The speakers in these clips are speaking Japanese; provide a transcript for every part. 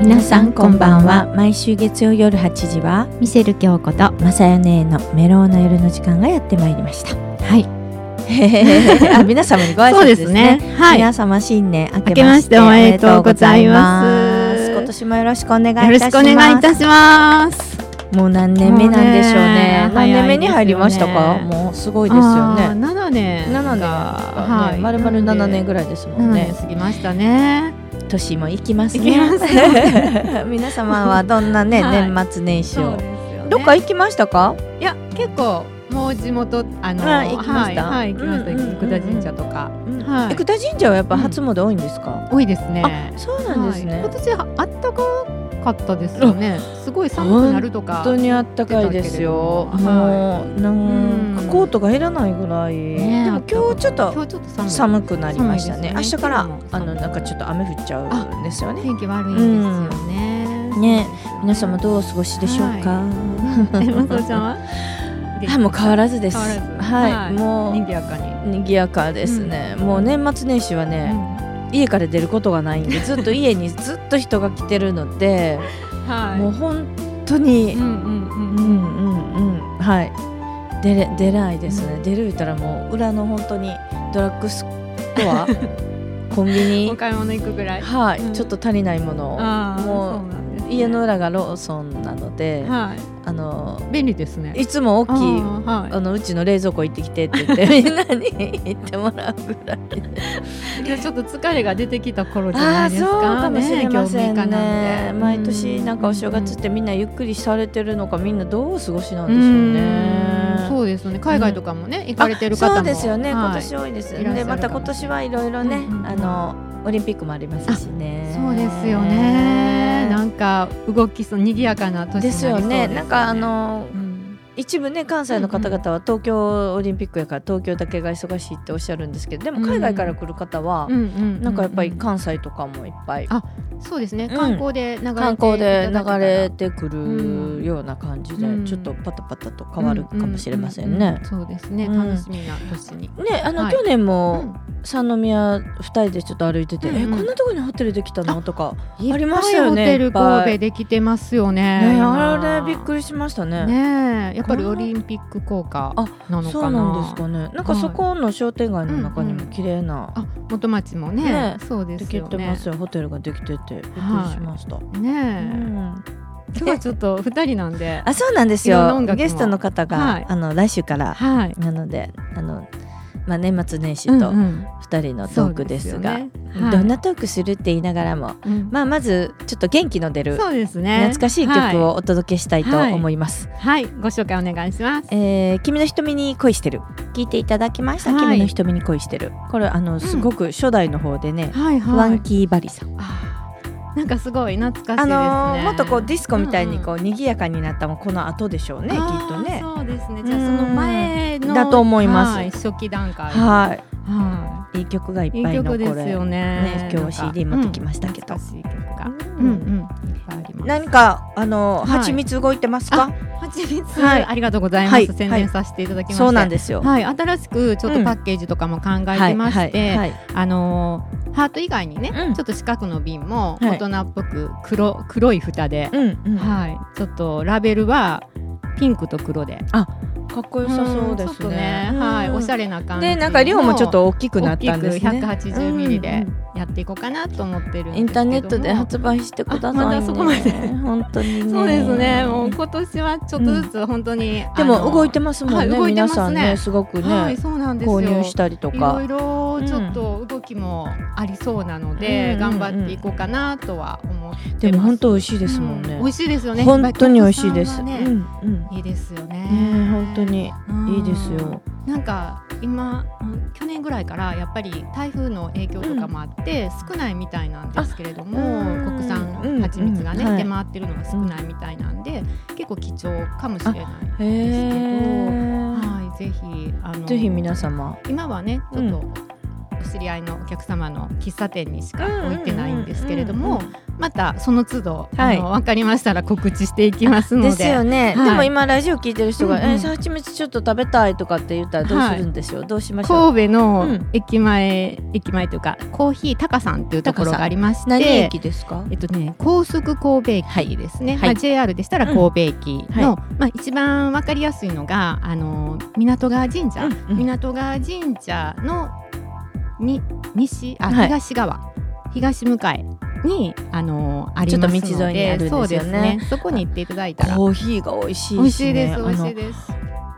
皆さんこんばんは毎週月曜夜8時はミシェル京子とはまさよねのメロウの夜の時間がやってまいりましたい あ皆様にご挨そう拶でですすねねはいよ皆様新年明明けけままししてておおめめででととううごござざいいまますす今年もよろしくお願いいたしますろしくお願いいたしますもう何年目なんでしょうねもうね何年目に入りました早かいですよもうすごいですよあーね7年7年はがいねまるまる7年ぐらいですもんねね過ぎましたね年も行きます行きねます 皆様はどんなねはい年末年始そうをですよねどっか行きましたかいや結構もう地元あのはい行きましたはいはい行きましたうんうんうんうん生田神社とかはい生田神社はやっぱ初詣多いんですか多いですねあそうなんですはいね今年はあったかかったですよねすごい寒くなるとか本当にあったかいですよ。出たけれどもうなんかうんコートがいらないぐらい。ねでも今日ちょっと今日ちょっと寒い寒くなりました寒ね。明いです日ねから今日もあ寒いのなんかちょっと雨降っちゃうんですよね。天気悪いんですよね。うんね皆様どうお過ごしでしょうか。えマサオちゃん は？はい、もう変わらずです。変わらずはい、も賑う。やかに。賑やかですね、もう年末年始はね、家から出ることがないんでずっと家にずっと人が来てるので、はい。もう本当にうんうんううんん。うんうんはい出れ出ないですね、出る言ったらもう裏の本当にドラッグスト アコンビおニ買い物行くぐらい。はい、うんちょっと足りないものをあーもうそうなんですね家の裏がローソンなので、はい。あの便利ですね。いつも大あきいーあはのうちの冷蔵庫行ってきてって言って みんなに言ってもらうぐらいい。でちょっと疲れが出てきた頃じゃなああいーですそか。うかもしれませんね毎年なんかお正月っでてみんなゆっくりされてるのかみんなどうお過ごしなんうでしょうねん。そうですよね。海外とかもね行かれてる方も。あそうですよね、はい今年多いですいらっしゃでるかまもた今年はいろいろね、うんうんあのオリンピックもありますしねそうですよね。なんか動きそう賑やかな年になでりすそうよですねなんかあ。のうん一部ね関西の方々は東京オリンピックやから東京だけが忙しいっておっしゃるんですけどでも海外から来る方は、うんうん。なんかやっぱり関西とかもいっぱいあそうですね。うん観光で流れていただけたら、観光で流れてくるんような感じで、うんちょっとパタパタと変わるかもしれませんね。うううそうですね。うん楽しみな年に。ねあの、はい去年も、うん三宮2人でちょっと歩いてて、うんえうんこんなとこにホテルできたのとかありいっまぱしいたよホねテル神いっ戸できてますよぱねい。ね今あれびっくりしましたねねえ、やっぱりオリンピック効果なのそかうな。なんですかねなんかはいそこの商店街の中にも綺麗な、あ、元町もね、ねそうでですきよてねま。すよ、ホテルができててびっくりしました、うねえ、ん、今日はちょっと二人なんで、 あそうなんですいろんなよ音楽もゲストの方が、はいあの来週からはい。なのであの、まあ、年末年始うんとうん2人のトークですが、そうですよねはいどんなトークするって言いながらも、うんまあ、まずちょっと元気の出るそうですね。懐かしい曲をお届けしたいと思います、はい、はい、ご紹介お願いします。えー君の瞳に恋してる聞いていただきました、はい君の瞳に恋してるこれあのすごく初代の方でね、はいはい。ワンキーバリさん、あーなんかすごい懐かしいですね。あのーもっとこうディスコみたいにこうう、賑やかになったもんこの後でしょうねんきうんっとねあーそうですね。じゃあその前うんのだと思いますはい初期段階。はいはいい曲がいっい。いぱいいのこ曲れですよね。ね今日は CD 持ってきましたけうん懐どかしい曲が。ううんんうん。いっぱいあります。何かあのはい蜂蜜動いてますか、蜂蜜、はいありがとうございます。はい宣伝させていただきました。そうなんですよ、はい、新しくちょっとパッケージとかも考えてまして、いあのーハート以外にね、うんちょっと四角の瓶もはい大人っぽく黒黒い蓋で、うんうん、はい、ちょっとラベルはピンクと黒で。かっこよさそうでんちすょっとね,、はい、おしゃれな感じの。でなんか量もちょっと大きくなったんですね大きく180ミリうんでうんやっていこうかなと思ってるんですけどもインターネットで発売してくださいね。あまだそこまで本当にね。そうですね。もう今年はちょっとずつ本当に、であもの動いてますもんね。はい動いて皆ますねさんねすごくね、はい、そうなんですよ。購入したりといろかい。ろちょっと動きもありそうなのうんうんで、うん頑張っていこうかなとは思ってます。でも本当美味しいですもんうね美。味しいですよね。本当に美味しいです。バうんキバキさんはうねん。いねいですよね。本当にうんいいですよ。なんか今うん去年ぐらいからやっぱり台風の影響とかもあって、少ないみたいなんですけれどもあうん国産蜂蜜がね、うんはい出回ってるのが少ないみたいなんで、結構貴重かもしれないですけへど、え。はいぜひあのぜひ皆様。今はねちょっと知り合いのお客様の喫茶店にしか置いてないんですけれどうんうんもうんうまたその都度、はいあの分かりましたら告知していきますのでですよね、はいでも今ラジオ聞いてる人がうん「うんえー、はちみつちょっと食べたい」とかって言ったらどうするんでしょう、どうしましょう神戸うのん駅前、駅前というかコーヒータカさんというところがありまして何駅ですかえっとね、高速神戸駅ですね、はまいあ、JR でしたら神戸駅うんの、まあ、一番わかりやすいのがあの港川神社、うんうん港川神社のに西あ、はい東側東向かいにあのありますのでちょっと道沿いにあるんですよねそうですねそこに行っていただいたらコーヒーが美味しいし、ね、美味しいですあ美の味しいです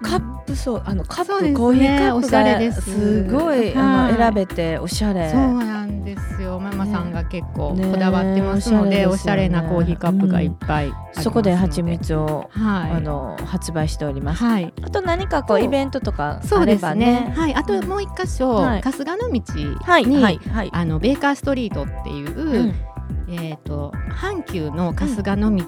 カップそうあのカッそうプ、ですねコーヒーカップおしゃれでがすすごい、あはいの選べておしゃれそうなんですよママさんが結構ねこだわってますので,、ねおしゃれなコーヒーカップがいっぱいありますので、そこで蜂蜜を、はいあの発売しております、はいあと何かこうそうイベントとかそあうれですばね。ねはい、あともう一箇所、はい春日の道に、はいはいはいあのベーカーストリートっていう、うんえっ、と阪急の春日の道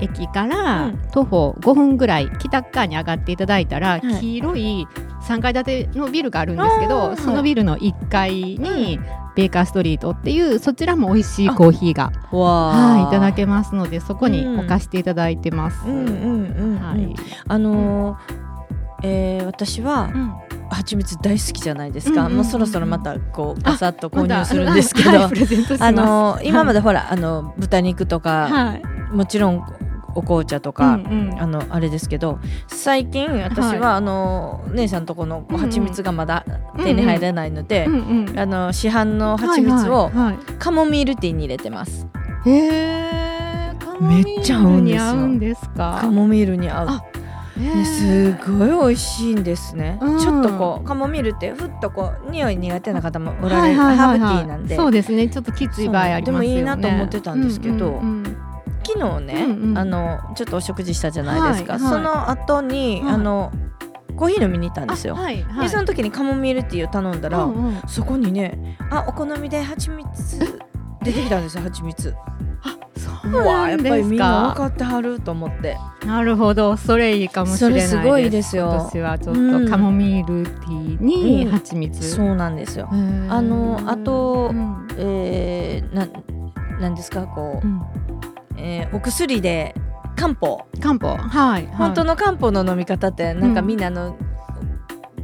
駅から、うん徒歩5分ぐらい北側に上がっていただいたら、はい黄色い3階建てのビルがあるんですけあーはど、いそのビルの1階に。ベーカーストリートっていうそちらも美味しいコーヒーがわはいいただきけますのでそこにうん置かしていただいてます。うんうんうん、ははいい、、あのーえー私はうん蜂蜜大好きじゃないですうか、んうんうんうんもうそろそろまたこうガサッと購ま入たするんですけど、 はいプレゼントしますあのー今までほらあの豚肉とか、はい、もちろんお紅茶とうか、んうんあのあれですけど最近私は、あの姉さんとこのうんうん蜂蜜がまだ手に入らないので、うんうんあの市販の蜂蜜をはいはいはカモミールティーに入れてます、いへーカモミールめっちゃ合うんですよに合うんですカかモミールに合うあへね、ーすごい美味しいんですね、うんちょっとこうカモミールってふっとこう匂い苦手な方もおらはれいる、はいはいはいハーブティーなんでそうですねちょっときつい場合ありますよねでもいいなと思ってたんですけどうんうんうん昨日ね、うんうんあのちょっとお食事したじゃないですか、はいはいその後に、はいあのコーヒー飲みに行ったんですあよ、はいはいでその時にカモミールティーを頼んだら、うんうんそこにねあお好みで蜂蜜出てきたんですよ蜂蜜あそううわなやっんぱりでみすんな分かかってはると思ってなるほどそれいいかもしれないですそれすごいですよ今年はちょっうとんカモミールティーに蜂蜜そうなんですよへーあのあとうんえー、なんなんですかこうう、んえーお薬で漢方漢方はい本当のの漢方の飲み方ってなんかうんみんなあの、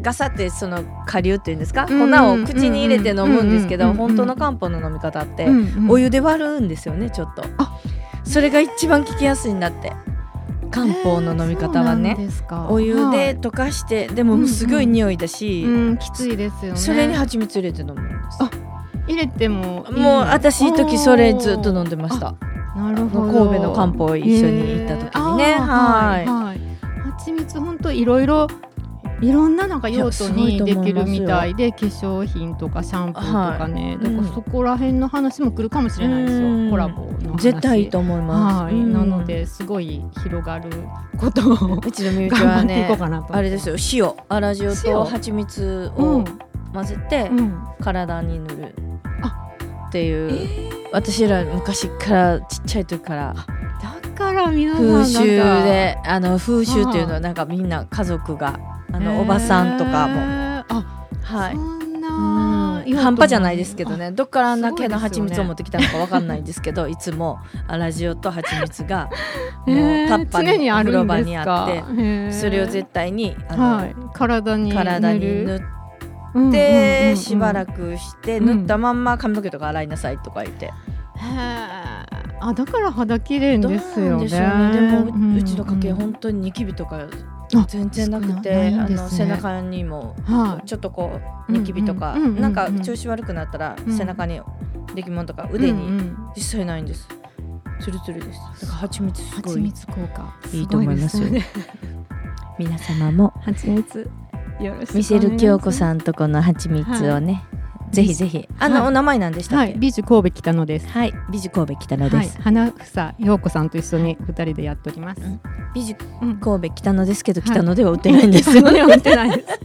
ガサってその顆粒っていうんですか、うんうん粉を口に入れて飲むんですけど、うんうん本当の漢方の飲み方って、おお湯で割るんですよねちょっとあそれが一番効きやすいんだって漢方の飲み方はね、お湯で溶かしてでうんうもんすごい匂いだし、うん、きついですよね。それに蜂蜜入れて飲むんですあ入れてもいいもう私一時それずっと飲んでましたおーなるほど。神戸の漢方一緒に行った時にねへーあーはいはい。蜂蜜本当いろいろいろんななんか用途にできるみたいで化粧品とかシャンプーとかね、はいだからそこら辺の話も来るかもしれないですよ、うんコラボの話絶対いいと思います、はい、うんなのですごい広がること を頑うちのみゆき張はっていこうねかなとあれですよ塩粗塩塩と蜂蜜うんを混ぜてうん体に塗るあっていう、え私ら昔からちっちゃい時からだから皆さん風習なんかであの風習っていうのはなんかみんな家族があのおばさんとかへもーあ、はいそんなうん半端じゃないですけどねどっからあんなすごい毛ですよのね蜂蜜を持ってきたのかわかんないんですけどいつもラジオと蜂蜜があもうタッパ ーへー常ににおあ風る呂ん場でにすあかってへーそれを絶対にあの、はい体に体に塗っ塗てしばらくしてうん塗ったまんま髪の毛とか洗いなさいとか言ってあだから肌綺麗どうですなよんねでしょうねでもんうちの家系うん本当にニキビとかあ全然なくて少ないんあですねの背中にもはいちょっとこううんニキビとかうんうんうんなんか調子悪くなったらうん背中にできもんとか腕うんうにん実際ないんですツルツルですだから蜂蜜すご蜂い蜜効果いいと思いますよごでね皆様も蜂蜜よろしくお願いしますミシェル京子さんとこの蜂蜜をねぜひぜひあはのいお名前なんでしたはっいけ美女神戸北野ですはい美女神戸北野はでいす花房陽子さんと一緒に二人でやっておりますうん美女うん神戸北野ですけどはい北野では売ってないんですよそ れは売ってないです。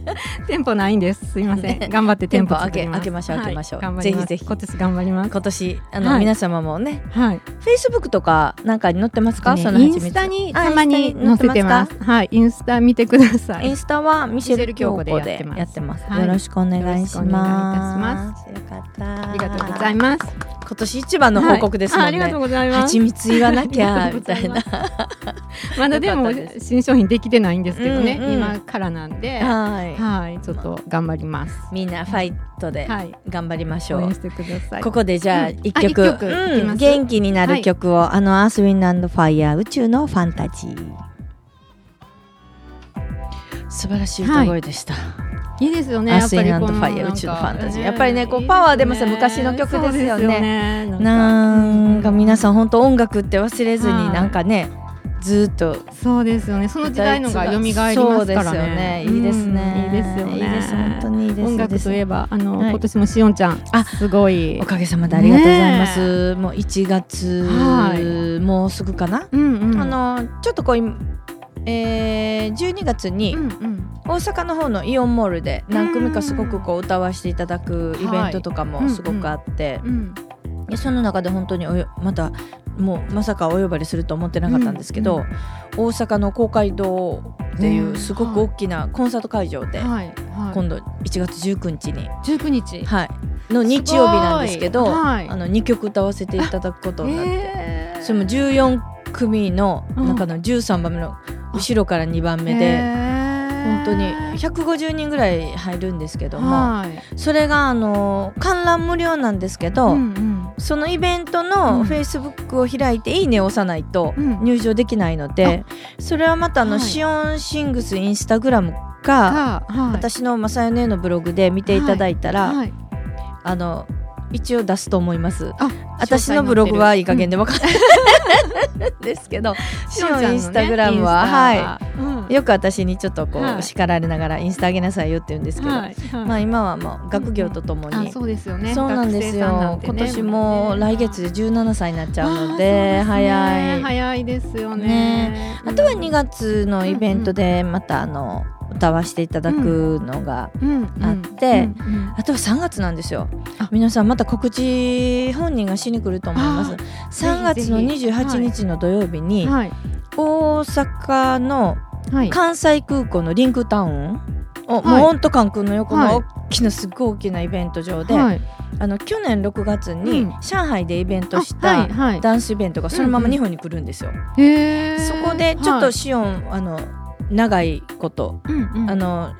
店舗ないんです。すいません。ね頑張って店舗店舗開け作ります開けましはいょう開けましょう頑張りますぜひぜひ今年頑張ります。今年あの、はい皆様もねはい。フェイスブックとかなんかに載ってますか、ねそのイ蜂ン蜜スタにあたまインにスタ載せてま載す。はい。インスタ見てくださイい。ンスタはミシェル京子ミシェル京子ででややっっててまますす、はいよろしくお願いしよます。ろしくお願いいたしますますよかった。ありがとうございます。今年一番の報告ですもはいんあありがとね。うございます蜂。蜜言わな きゃみたいな。まだでもよかったで新商品できてないんですけどね、うんうん今からなんで、ははい、ちょっと頑張ります。い。みんなファイトではい、頑張りまし応ょう援。してください。ここでじゃあうん一あ曲,、一曲いきます元気になる曲を、あのアースウィンドファイヤー宇宙のファンタジー素晴らしい歌声でした、いいですよね。アやーっスぱイりこンのファイなんヤーか宇宙のファンタジーやっぱりねこうパワー出ますよ昔の曲ですよいね。いですよねなんか皆さんん本当音楽って忘れずにはいなんかね、ずーっとかそうですよね。その時代のが蘇りますそうかですらよねね。いいですね、うんいいですよね。いいです本当にいいです音楽といえばばあの、はい今年もしおんちゃんあすごいお。かげさまでありがとうございます、もう1月、はもうすぐかなうんうんあのちょっとこう、今えー、12月にうんうん大阪の方のイオンモールで何組かすごくこう歌わせていただくイベントとかはいもすごくあって、うんでその中で本当におよまたもうまさかお呼ばれすると思ってなかったんですけど、うんう大阪の公会堂っていうんうすごく大きなコンサート会場で。はいはい。今度1月19日に、十九日。はい、の日曜日なんですけどすごいはいあの2曲歌わせていただくことになって、えーそれも14組の中の13番目の後ろから2番目で、本当に150人ぐらい入るんですけどもはいそれがあの観覧無料なんですけど、うんうんそのイベントうのんフェイスブックを開いて「いいね」を押さないとうん入場できないので、それはまたあの、はいシオンシングスインスタグラムか、がはい私のまさよねのブログで見ていただいたら、はいあの一応出すと思います。あ私のブログはいい加減でわ かんない、ですけど、シオンインスタグラムは、はい。いよく私にちょっとこう、はい叱られながらインスタ上げなさいよって言うんですけど、はいはいまあ今はもう学業とともに、あそうですよねそうなんで学す生さんなよん、て今ね年も来月で17歳になっちゃうのあーそうですね早い早いですよねねあとは2月のイベントでまたあの歌わせていただくのが、あってあとは3月なんですよあ皆さんまた告知本人がしに来ると思いますあ3月のぜひぜひ28日の土曜日にはい大阪のはい関西空港のリンクタウンはいを、もうほんと関空の横はいの大きなすっごい大きなイベント場で、はいあの去年6月にうん上海でイベントしあたはいはいダンスイベントがそのまま日本に来るんですよ。へーそこでちょっはといシオン、あの長いことうんうんあの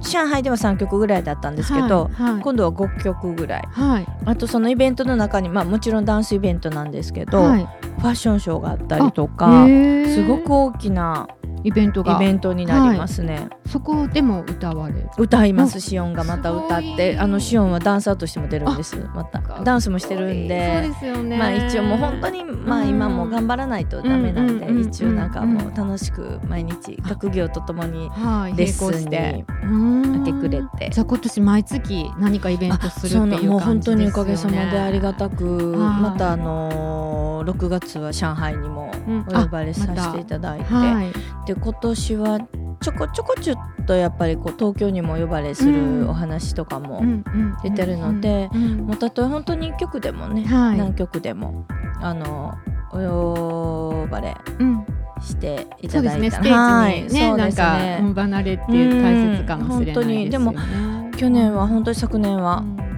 上海では3曲ぐらいだったんですけど、はいはい今度は5曲ぐらいはいあとそのイベントの中に、まあ、もちろんダンスイベントなんですけど、はいファッションショーがあったりとへか、ーすごく大きなイベントイがベントになりますね。そこでも歌われる歌いますシオンがまた歌っすごいてあのシオンはダンサーとしても出るんですまたダンスもしてるんそうで。ですよねまあ一応もう本当にまあうん今も頑張らないとダメなんでうんうんうんうん一応なんかもう楽しく毎日学業とともにはいレッ並ス行ンしにて明明け暮れてじゃあ今年毎月何かイベントするっていう感じですよねもう本当におかげさまでありがたくはいまたあのー6月は上海にもうんお呼ばれさせていただいてはいで今年はちょこちょこちょっとやっぱりこう東京にもお呼ばれすうるんお話とかもうんうん出てるのでうんうんもうたとえ本当に一曲でもね、はい何曲でもあのお呼ばれうんしていそたうでだすいねステージたらにねはいそうなんですかねうん離れっていう大切かもしれないですよねうん本去年は本当に昨年う、はん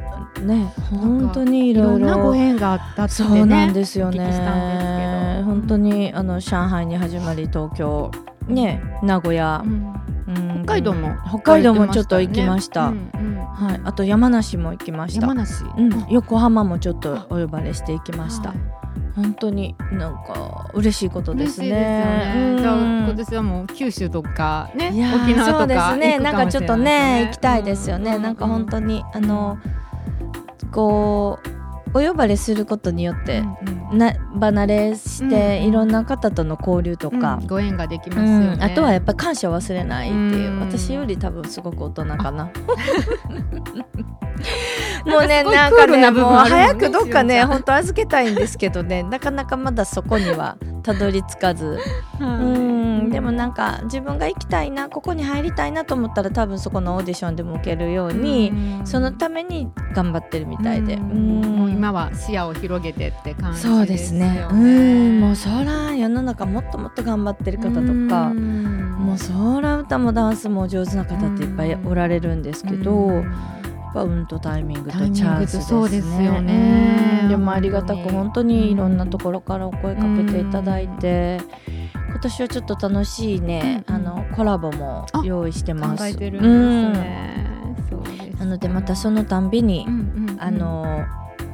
ね本当にいいろろいんなごろ縁があったってねそうなんですよお聞きしたんですけねど本当にあの上海に始まり東京ね名古屋う、んうん北海道も北海道もちょっと行きましたうんうんはい、あと山梨も行きました山梨うん、横浜もちょっとお呼ばれしていきましたはい。本当になんか嬉しいことで嬉すしいですよねね。。じゃあう今ん年はもう九州とかね、いやー沖縄とかそ行くかもしれないですうねですね。なんかちょっとね行きたいですよね。なんか本当ににあのこうお呼ばれすることによってな離れしてうんいろんな方との交流とか。ご縁ができまうすよね。ん、あとはやっぱり感謝を忘れないっていううん私より多分すごく大人 かななもかうんすねごいなんクーかルねな部もう分あるもんね早くどしっかおんちゃねん本当預けたいんですけどねなかなかまだそこにはたどり着かずはい、うんでもなんか自分が行きたいなここに入りたいなと思ったら多分そこのオーディションでも受けるように、うんそのために頑張ってるみたいで、ううんんもう今は視野を広げてって感じですよね。そうですねうんもうそら世の中もっともっと頑張ってる方とか、ももうそら歌もダンスも上手な方っていっぱいおられれるんですけど、ぱ運とタイミングタとイミングとチャンスですそねうですよねうんでもありがたく本本当当ににいろんなところからお声かけていただいて、今年はちょっと楽しいね、うんうんあのコラボも用意してます考えてるんですうんね。そうですなのでまたそのたんびに、うんうんうんあの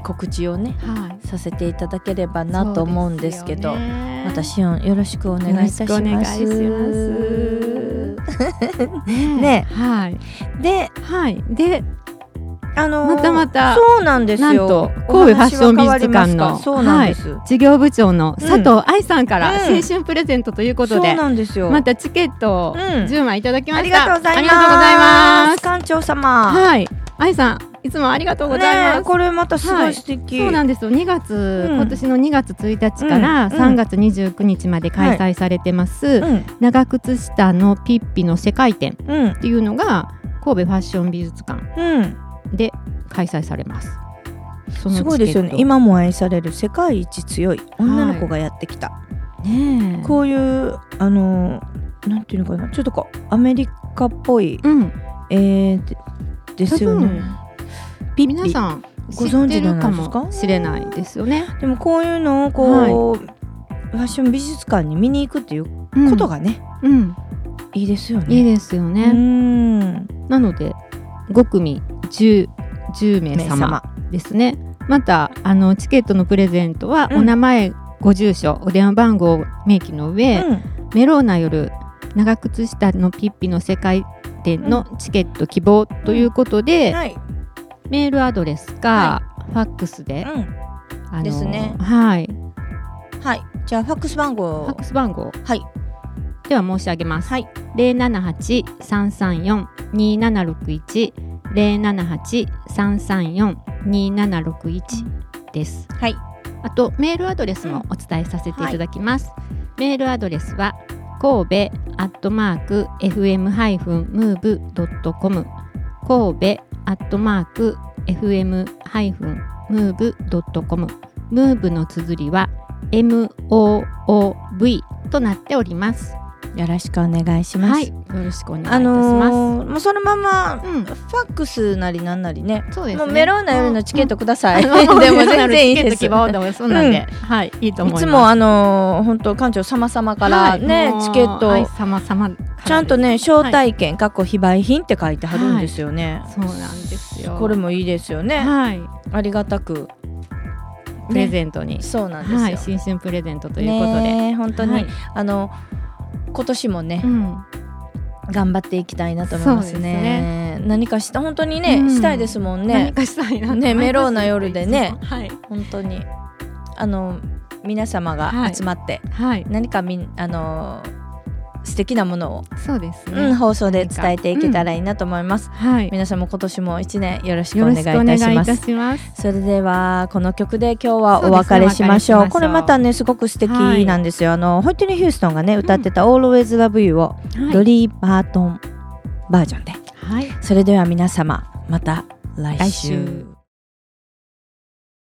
告知をねはいさせていただければなと思うんですけどそうですよねまたシオンよろしくお願いいたします。よろしくお願いしねはいで、はいであのーまたまたそうなんですよ。なんとお神戸ファッ話シはョン美変わり術ます館かのそうなんです。はい事業部長の佐藤愛さんからうん青春プレゼントということそうで、なんですよ。またチケットをうん10枚いただきまあしりた、がとうございます。ありがとうございます館長様。はい愛さんいつもありがとうございます、ねえこれまたすごはいい素敵。そうなんですよ2月、ん今年の2月1日かうらん3月29日まで開催されてます、うん長靴下のピッピの世界展うんっていうのが神戸ファッション美術館うん。で開催されますそのすごいですよねチケッ今も愛される世界一強い女の子がやってきた、トねえこういうあのなんていうのかなちょっとこうアメリカっぽい、うんえー、でですよねピッピ皆さんご知っ存て知るなかんですかもしれないですよね。でもこういうのをこう、ファッション美術館に見に行くっていうこうんと、がね、うん、いいですよねいいですようね。んなので5組 10, 10名名様様ですね。またあのチケットのプレゼントは、うんお名前ご住所お電話番号を明記の上、うんメローな夜長靴下のピッピの世界展のチケット希望ということで、はい、メールアドレスか、ファックスで、うあのですねはいん、はいじゃあファックス番号ファックス番号はいでは申し上げます。はい零七八三三四二七六一零七八三三四二七六一です。はいあとメールアドレスもお伝えさせていただきます。メールアドレスは神戸アットマーク fm ハイフンムーブドットコム神戸アットマーク fm ハイフンムーブドットコムムーブの綴りは M O O V となっております。よろしくお願いします、はい、よろしくお願いいたします。あのーもうそのままうん、ファックスなりなんなりねそうですもね。うメローナよりのチケットください。うん。あのでもメロン全然いいナよりのチケッでトす。希い望でもそうなんで、はい、いいと思います。つもあのー本当館長様様からね、はいチケットもう愛を様様からですちゃんとね招待券かっこ非売品って書いてはるんですよね。そうなんですよ。これもいいですよね。はい、ありがたくプレゼントに、ねそうなんはでい、す新よ。春プレゼントとということで、本当に、はいあの今年もね、うん、頑張っていきたいなと思いますそうですね。何かした本当にね、うんしたいですもん何ね。かしたいなと思いますねメローな夜でね、はい、本当にあの皆様が集まって。はい、何かみんあのー素敵なものを、そうですね。うん、放送で伝えていけたらいいなと思います、はい、皆さんも今年も一年よろしくおよ願ろいしいくお願たいいしまたすします。それではこの曲で今日はお別れしそうですねお別れしましょうましょうこれまたねすごく素敵なんですよ、あのホイットニー・ヒューストンがね歌ってた「Always Love You」をドはい、リー・バートンバージョンではい、それでは皆様また来来週週